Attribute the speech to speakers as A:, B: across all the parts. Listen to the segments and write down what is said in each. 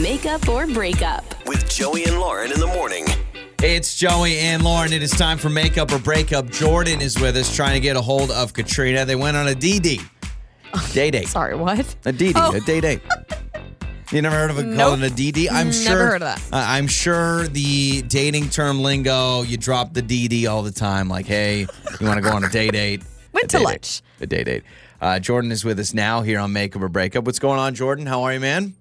A: Makeup or breakup.
B: with Joey and Lauren in the morning.
C: It's Joey and Lauren. It is time for Makeup or Breakup. Jordan is with us trying to get a hold of Katrina. They went on a DD. Day date.
D: Sorry, what?
C: A DD, a day date. You never heard of it called
D: Nope.
C: a DD? I'm
D: Never
C: sure.
D: heard
C: uh,
D: of
C: I'm sure the dating term lingo, you drop the DD all the time. Like, hey, you want to go on a day date?
D: Went
C: A day
D: to
C: date.
D: lunch.
C: A day date. Uh, Jordan is with us now here on Makeup or Breakup. What's going on, Jordan? How are you, man?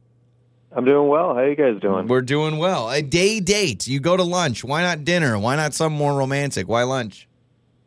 E: I'm doing well. How you guys doing?
C: We're doing well. A day date. You go to lunch. Why not dinner? Why not something more romantic? Why lunch?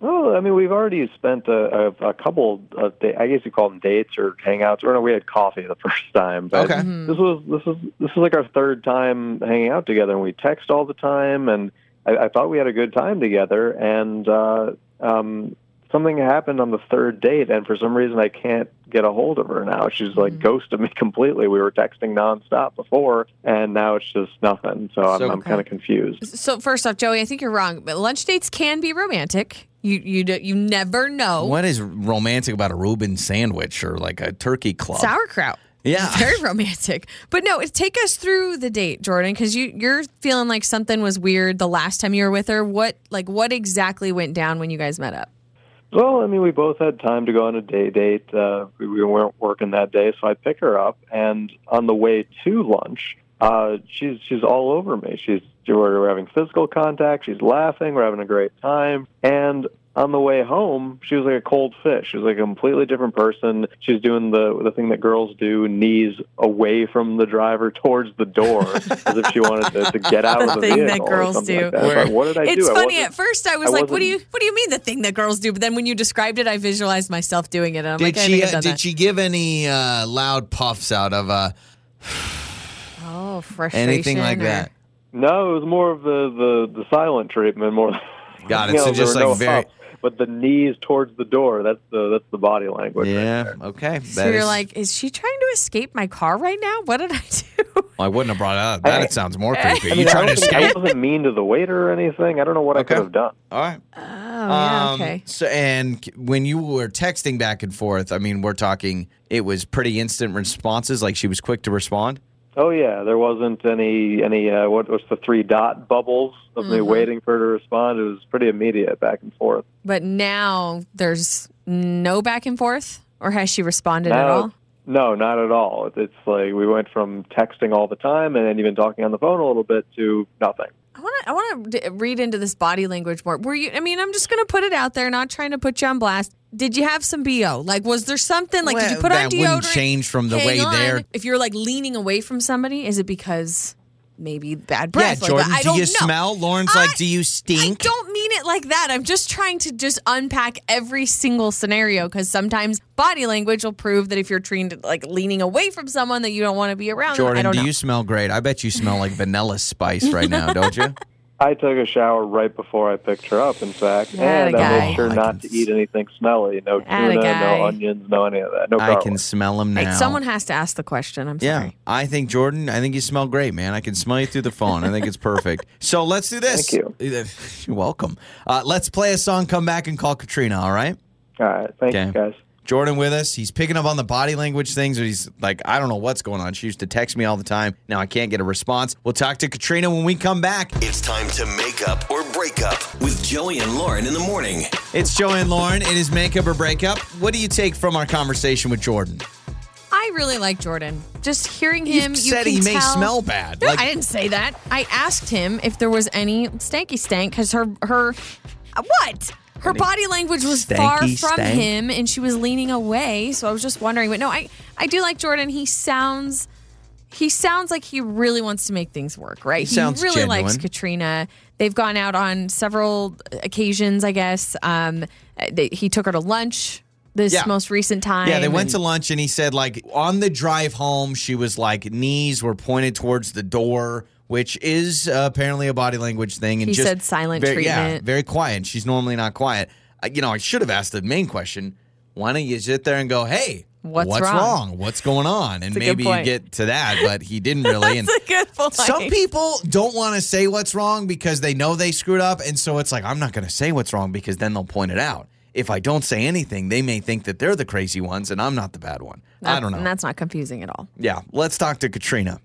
E: Well, I mean, we've already spent a, a, a couple of day, I guess you call them dates or hangouts. Or no, we had coffee the first time. But
C: Okay.
E: this was this is this is like our third time hanging out together, and we text all the time. And I, I thought we had a good time together, and uh, um, something happened on the third date, and for some reason I can't get a hold of her now. She's like ghosted me completely. We were texting nonstop before, and now it's just nothing. So, I'm,
C: So-
E: I'm kind of confused.
D: So first off, Joey, I think you're wrong. But lunch dates can be romantic. You you d- you never know.
C: What is romantic about a Reuben sandwich or like a turkey club?
D: Sauerkraut.
C: Yeah.
D: Very romantic. But no, take us through the date, Jordan, because you you're feeling like something was weird the last time you were with her. What like what exactly went down when you guys met up?
E: Well, I mean, we both had time to go on a day date. Uh, we, we weren't working that day, so I pick her up, and on the way to lunch, uh, she's she's all over me. She's we're, we're having physical contact. She's laughing. We're having a great time, and. On the way home, she was like a cold fish. She was like a completely different person. She's doing the the thing that girls do, knees away from the driver towards the door, as if she wanted to, to get out of the
D: thing that
E: vehicle or
D: girls
E: something
D: do.
E: Like that. It's like, what did I do?
D: it's
E: I
D: funny.
E: wasn't-
D: At first, I was
E: I
D: like, "What do you
E: wasn't-
D: What do you mean the thing that girls do?" But then when you described it, I visualized myself doing it, and I'm
C: Did
D: like, I
C: she
D: think I've
C: uh,
D: done
C: did
D: that.
C: she give any uh, loud puffs out of uh,
D: oh, frustration.
C: anything like
D: or-
C: that?
E: No, it was more of the the, the silent treatment, more. than-
C: Got it.
E: You
C: So
E: know,
C: just
E: there were
C: like very-
E: ups, but the knees towards the door. That's the that's the body language. right
C: Yeah.
E: there.
C: Okay.
D: So
C: That
D: you're
C: is-
D: like, is she trying to escape my car right now? What did I do?
C: I wouldn't have brought it up. That
E: I-
C: it sounds more creepy.
E: I
C: you
E: mean,
C: trying
E: I,
C: to
E: don't think- I
C: escape?
E: wasn't mean to the waiter or anything. I don't know what
C: Okay.
E: I could have done.
C: All right.
D: Oh, yeah,
C: Um,
D: okay.
C: So and c- when you were texting back and forth, I mean, we're talking. It was pretty instant responses. Like she was quick to respond.
E: Oh yeah, there wasn't any any uh, what was the three dot bubbles of
D: Mm-hmm.
E: me waiting for her to respond. It was pretty immediate back and forth.
D: But now there's no back and forth, or has she responded at
E: Now-
D: all?
E: No, not at all. It's like we went from texting all the time and then even talking on the phone a little bit to nothing.
D: I want to I want to read into this body language more. Were you? I mean, I'm just going to put it out there, not trying to put you on blast. Did you have some bo? Like, was there something? Like, did you
C: Well,
D: put on
C: that wouldn't
D: deodorant?
C: change from the
D: Hang
C: way
D: on.
C: there.
D: If you're like leaning away from somebody, is it because maybe bad
C: Yeah,
D: breath? Like,
C: Jordan.
D: I
C: do
D: don't
C: you
D: know.
C: smell? Lauren's
D: I-
C: like, do you
D: I
C: stink?
D: don't mean it like that. I'm just trying to just unpack every single scenario because sometimes body language will prove that if you're trained like leaning away from someone that you don't want to be around. them. I
C: Jordan,
D: don't
C: do
D: know.
C: you smell great? I bet you smell like vanilla spice right now, don't you?
E: I took a shower right before I picked her up, in fact,
D: Atta
E: and I
D: guy.
E: made sure
C: Oh, I
E: not
C: can
E: to eat anything smelly. No
D: Atta
E: tuna,
D: guy.
E: no onions, no any of that. No
C: I
E: garlic.
C: can smell them now.
D: Like, someone has to ask the question. I'm
C: Yeah,
D: sorry.
C: I think Jordan. I think you smell great, man. I can smell you through the phone. I think it's perfect. So let's do this.
E: Thank
C: you. You're welcome. Uh, let's play a song. Come back and call Katrina. All right.
E: All right, thank
C: Okay.
E: you guys.
C: Jordan with us. He's picking up on the body language things. Or he's like, I don't know what's going on. She used to text me all the time. Now I can't get a response. We'll talk to Katrina when we come back.
B: It's time to make up or break up with Joey and Lauren in the morning.
C: It's Joey and Lauren. It is makeup or breakup. What do you take from our conversation with Jordan?
D: I really like Jordan. Just hearing
C: You
D: him, you
C: said
D: can
C: he may
D: tell-
C: smell bad.
D: No,
C: Like-
D: I didn't say that. I asked him if there was any stanky stank because her her uh, what her body language was far
C: stanky
D: from
C: stank?
D: him, and she was leaning away. So I was just wondering, but no, I I do like Jordan. He sounds. He sounds like he really wants to make things work, right? He,
C: sounds
D: really likes
C: genuine.
D: Katrina. They've gone out on several occasions, I guess. Um, they, he took her to lunch this
C: Yeah.
D: most recent time.
C: Yeah, they
D: and-
C: went to lunch and he said like on the drive home she was like knees were pointed towards the door, which is uh, apparently a body language thing. And
D: He
C: just
D: said silent
C: very, Yeah,
D: treatment.
C: very quiet. She's normally not quiet. Uh, you know, I should have asked the main question. Why don't you sit there and go, hey,
D: What's
C: wrong?
D: wrong?"
C: What's going on? And
D: a good
C: maybe you
D: point.
C: get to that, but he didn't really. and
D: That's a good point.
C: some people don't want to say what's wrong because they know they screwed up. And so it's like, I'm not going to say what's wrong because then they'll point it out. If I don't say anything, they may think that they're the crazy ones and I'm not the bad one. I
D: That-
C: don't know.
D: And that's not confusing at all.
C: yeah, let's talk to Katrina.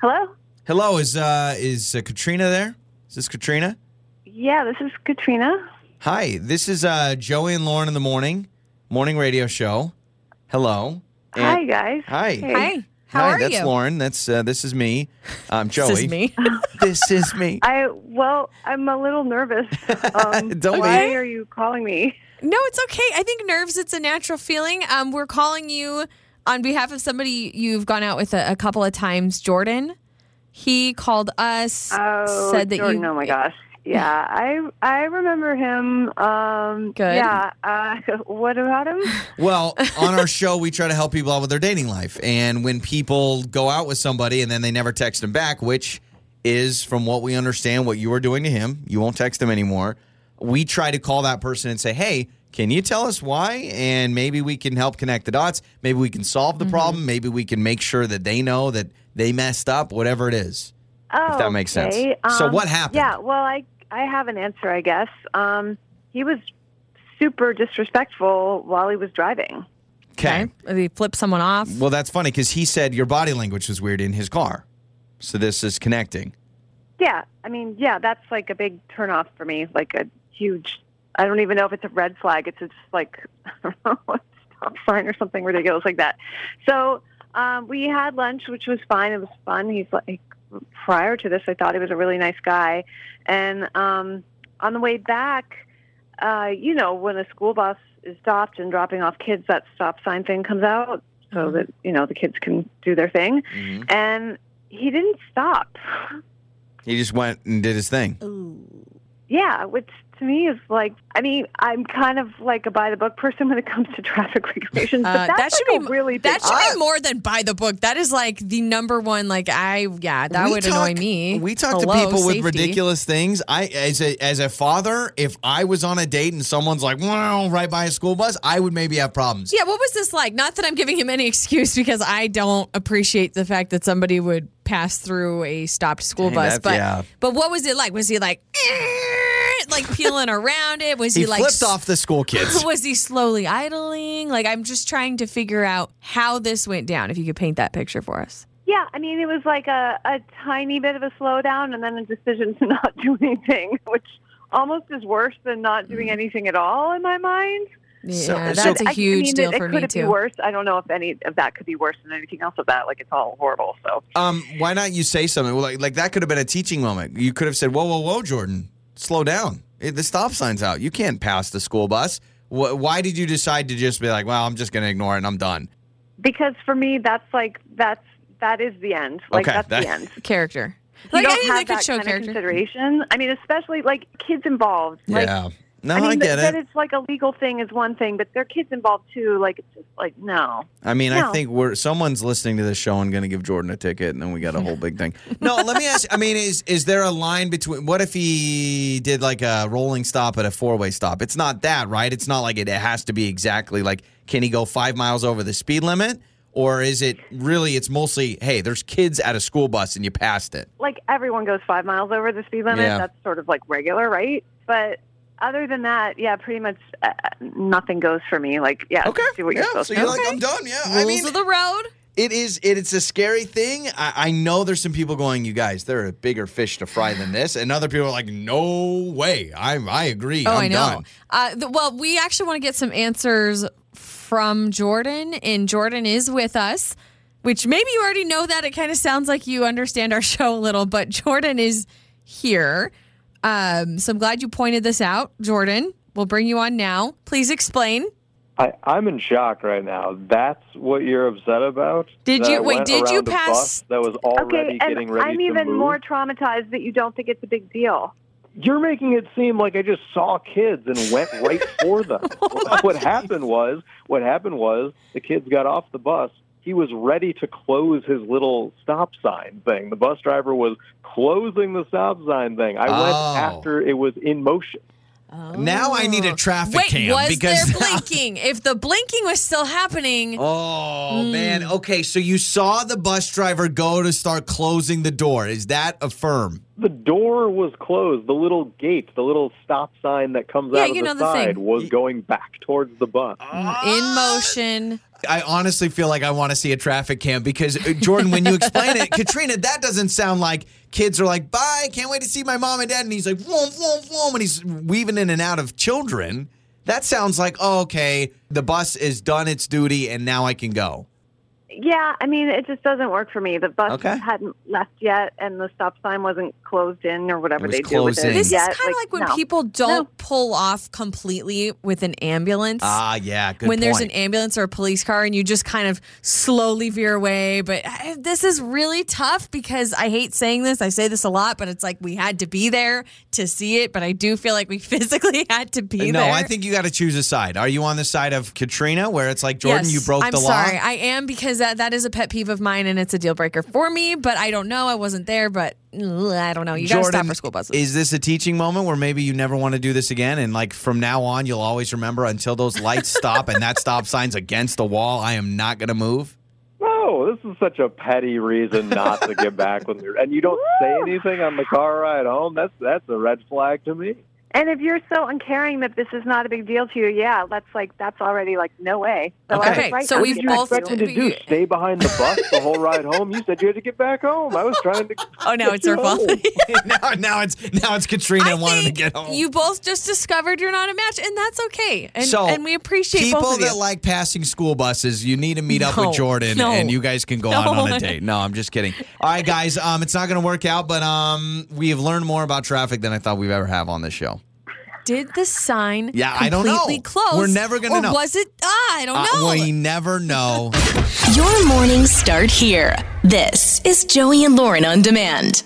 A: Hello?
C: Hello, is uh, is uh, Katrina there? Is this Katrina?
A: Yeah, this is Katrina.
C: Hi, this is uh, Joey and Lauren in the morning, morning radio show. Hello. And-
A: Hi, guys.
C: Hi.
A: Hey.
D: Hi. How
C: Hi,
D: are
C: that's
D: you?
C: Lauren. That's uh, this is me. I'm Joey.
D: This is me.
C: This is me.
A: I well, I'm a little nervous. Um,
C: Don't be.
A: why are you calling me?
D: No, it's okay. I think nerves, it's a natural feeling. Um, we're calling you on behalf of somebody you've gone out with a, a couple of times, Jordan. He called us,
A: Oh,
D: said that
A: Jordan,
D: you.
A: oh my gosh. Yeah, I I remember him. Um,
D: Good.
A: Yeah. Uh, what about him?
C: Well, on our show, we try to help people out with their dating life. And when people go out with somebody and then they never text them back, which is from what we understand what you were doing to him, you won't text them anymore. We try to call that person and say, hey, can you tell us why? And maybe we can help connect the dots. Maybe we can solve the problem. Maybe we can make sure that they know that they messed up, whatever it is.
A: Oh,
C: that makes sense.
A: okay. um,
C: So what happened?
A: Yeah, well, I I have an answer, I guess. Um, he was super disrespectful while he was driving.
D: Okay. They flip someone off.
C: Well, that's funny because he said your body language was weird in his car. So this is connecting.
A: Yeah, I mean, yeah, that's like a big turnoff for me. Like a huge. I don't even know if it's a red flag. It's just like I don't know, a stop sign or something ridiculous like that. So um, we had lunch, which was fine. It was fun. He's like prior to this, I thought he was a really nice guy, and um, on the way back, uh, you know, when a school bus is stopped and dropping off kids, that stop sign thing comes out so that you know the kids can do their thing, and he didn't stop.
C: He just went and did his thing.
A: Yeah, which to me is like, I mean, I'm kind of like a by the book person when it comes to traffic regulations.
D: Uh,
A: but that's
D: that should
A: like a
D: be
A: really big
D: that should
A: ask.
D: be more than buy the book. That is like the number one. Like I, yeah, that
C: We
D: would
C: talk-
D: annoy me.
C: We talk
D: Hello,
C: to people
D: safety.
C: with ridiculous things. I as a as a father, if I was on a date and someone's like, "Wow," right by a school bus, I would maybe have problems.
D: Yeah, what was this like? Not that I'm giving him any excuse because I don't appreciate the fact that somebody would pass through a stopped school
C: Dang,
D: bus.
C: that's-
D: But
C: yeah.
D: but what was it like? Was he like "Eh," like peeling around it? Was
C: He
D: he, like
C: flipped
D: s-
C: off the school kids.
D: Was he slowly idling? Like I'm just trying to figure out how this went down. If you could paint that picture for us.
A: Yeah, I mean, it was like a, a tiny bit of a slowdown and then a decision to not do anything, which almost is worse than not doing anything at all in my mind.
D: Yeah,
C: So- so-
D: Mm. that's a
A: I-
D: huge
A: I mean,
D: deal
A: it, it
D: for
A: could
D: me
A: it
D: too.
A: be worse? I don't know if any of that could be worse than anything else of that. Like, it's all horrible. So,
C: Um, why not you say something Well, like like that could have been a teaching moment. You could have said, "Whoa, whoa, whoa, Jordan, slow down. Eh, The stop sign's out. You can't pass the school bus." Wh- Why did you decide to just be like, "Well, I'm just going to ignore it and I'm done"?
A: because for me, that's like, that's, that is the end. Like,
C: Okay,
A: that's
C: that-
A: the end.
D: Character.
A: you
D: Like
A: don't
D: anything
A: have
D: that could
A: that
D: show
A: kind
D: character.
A: of consideration. I mean, especially like kids involved. Like,
C: yeah. No,
A: I
C: I,
A: mean,
C: get
A: that,
C: it.
A: that it's like a legal thing is one thing, but there are kids involved too. Like it's just like no.
C: I mean, I
A: No.
C: think we're someone's listening to this show and going to give Jordan a ticket, and then we got a whole big thing. No, let me ask. I mean, is is there a line between? What if he did like a rolling stop at a four way stop? It's not that, right? It's not like it, it has to be exactly like. Can he go five miles over the speed limit, or is it really? It's mostly hey, there's kids at a school bus and you passed it.
A: Like everyone goes five miles over the speed limit.
C: Yeah.
A: That's sort of like regular, right? But other than that, yeah, pretty much uh, nothing goes for me. Like yeah,
C: Okay,
A: do what you're
C: yeah.
A: supposed
C: So
A: to.
C: you're like, I'm done. Yeah,
D: Rules
C: I mean,
D: of the road.
C: it is. It, it's a scary thing. I, I know there's some people going, you guys, there are bigger fish to fry than this, and other people are like, no way. I I agree.
D: Oh,
C: I'm
D: i know.
C: done.
D: Uh, th- well, we actually want to get some answers from Jordan, and Jordan is with us, which maybe you already know that. It kind of sounds like you understand our show a little, but Jordan is here. Um, so I'm glad you pointed this out, Jordan. We'll bring you on now. Please explain.
E: I, I'm in shock right now. That's what you're upset about.
D: Did
E: That
D: you-
E: I
D: wait,
E: went
D: did
E: around
D: you
E: a bus
D: pass-
E: That was already
A: Okay,
E: getting
A: and
E: ready
A: I'm
E: to
A: even
E: move?
A: more traumatized that you don't think it's a big deal.
E: You're making it seem like I just saw kids and went right for them. what happened was, what happened was, the kids got off the bus. He was ready to close his little stop sign thing. The bus driver was closing the stop sign thing. I
C: Oh.
E: went after it was in motion.
C: Now I need a traffic
D: Oh. Wait,
C: cam
D: was
C: because
D: there blinking? if the blinking was still happening,
C: Oh
D: Hmm.
C: man. Okay, so you saw the bus driver go to start closing the door. Is that a firm?
E: the door was closed. The little gate, the little stop sign that comes
D: Yeah,
E: out of
D: you
E: the
D: know the
E: side,
D: thing.
E: was going back towards the bus.
A: Ah.
D: in motion.
C: I honestly feel like I want to see a traffic cam because uh, Jordan, when you explain it, Katrina, that doesn't sound like kids are like, "Bye, can't wait to see my mom and dad," and he's like, "Whoom, whoom, whoom," and he's weaving in and out of children. That sounds like, oh, okay, the bus is done its duty, and now I can go.
A: Yeah, I mean, it just doesn't work for me. The bus
C: Okay.
A: hadn't left yet, and the stop sign wasn't closed in or whatever
C: It was
A: they do with
C: closed in.
A: it.
D: This
A: yet.
D: is kind of like, when
A: no.
D: people don't
A: No.
D: pull off completely with an ambulance.
C: Ah, yeah, good
D: when there's an
C: point.
D: ambulance or a police car and you just kind of slowly veer away. But I, this is really tough because I hate saying this. I say this a lot, but it's like we had to be there to see it. But I do feel like we physically had to be
C: Uh, no,
D: there.
C: I think you got to choose a side. Are you on the side of Katrina, where it's like Jordan,
D: Yes,
C: you broke
D: I'm
C: the
D: sorry.
C: law?
D: I am because that, that is a pet peeve of mine and it's a deal breaker for me. But I don't know. I wasn't there, but mm, I don't know. You got to stop for school buses.
C: Is this a teaching moment where maybe you never want to do this again? And like from now on, you'll always remember until those lights stop and that stop sign's against the wall, I am not going to move.
E: No, this is such a petty reason not to get back with you. And you don't say anything on the car ride home. That's that's a red flag to me.
A: And if you're so uncaring that this is not a big deal to you, yeah, that's like that's already like no way. So
C: Okay.
A: I was
D: Okay,
A: right
D: so
A: not
D: we've
A: to get back
D: both-
A: to you.
E: What did you do? Stay behind the bus the whole ride home? You said you had to get back home. I was trying to.
D: oh, no, it's her fault.
C: now, now it's now it's Katrina wanting to get home.
D: You both just discovered you're not a match, and that's okay. And,
C: So,
D: and we appreciate
C: People
D: both of you.
C: that like passing school buses, you need to meet up
D: No,
C: with Jordan,
D: no,
C: and you guys can go out on
D: no.
C: a date. No, I'm just kidding. All right, guys, um, it's not going to work out, but um, we have learned more about traffic than I thought we'd ever have on this show.
D: Did the sign
C: Yeah, I don't
D: completely
C: know.
D: close?
C: We're never gonna
D: or
C: know.
D: Was it? Ah, I don't
C: Uh,
D: know.
C: we never know.
F: Your mornings start here. This is Joey and Lauren on demand.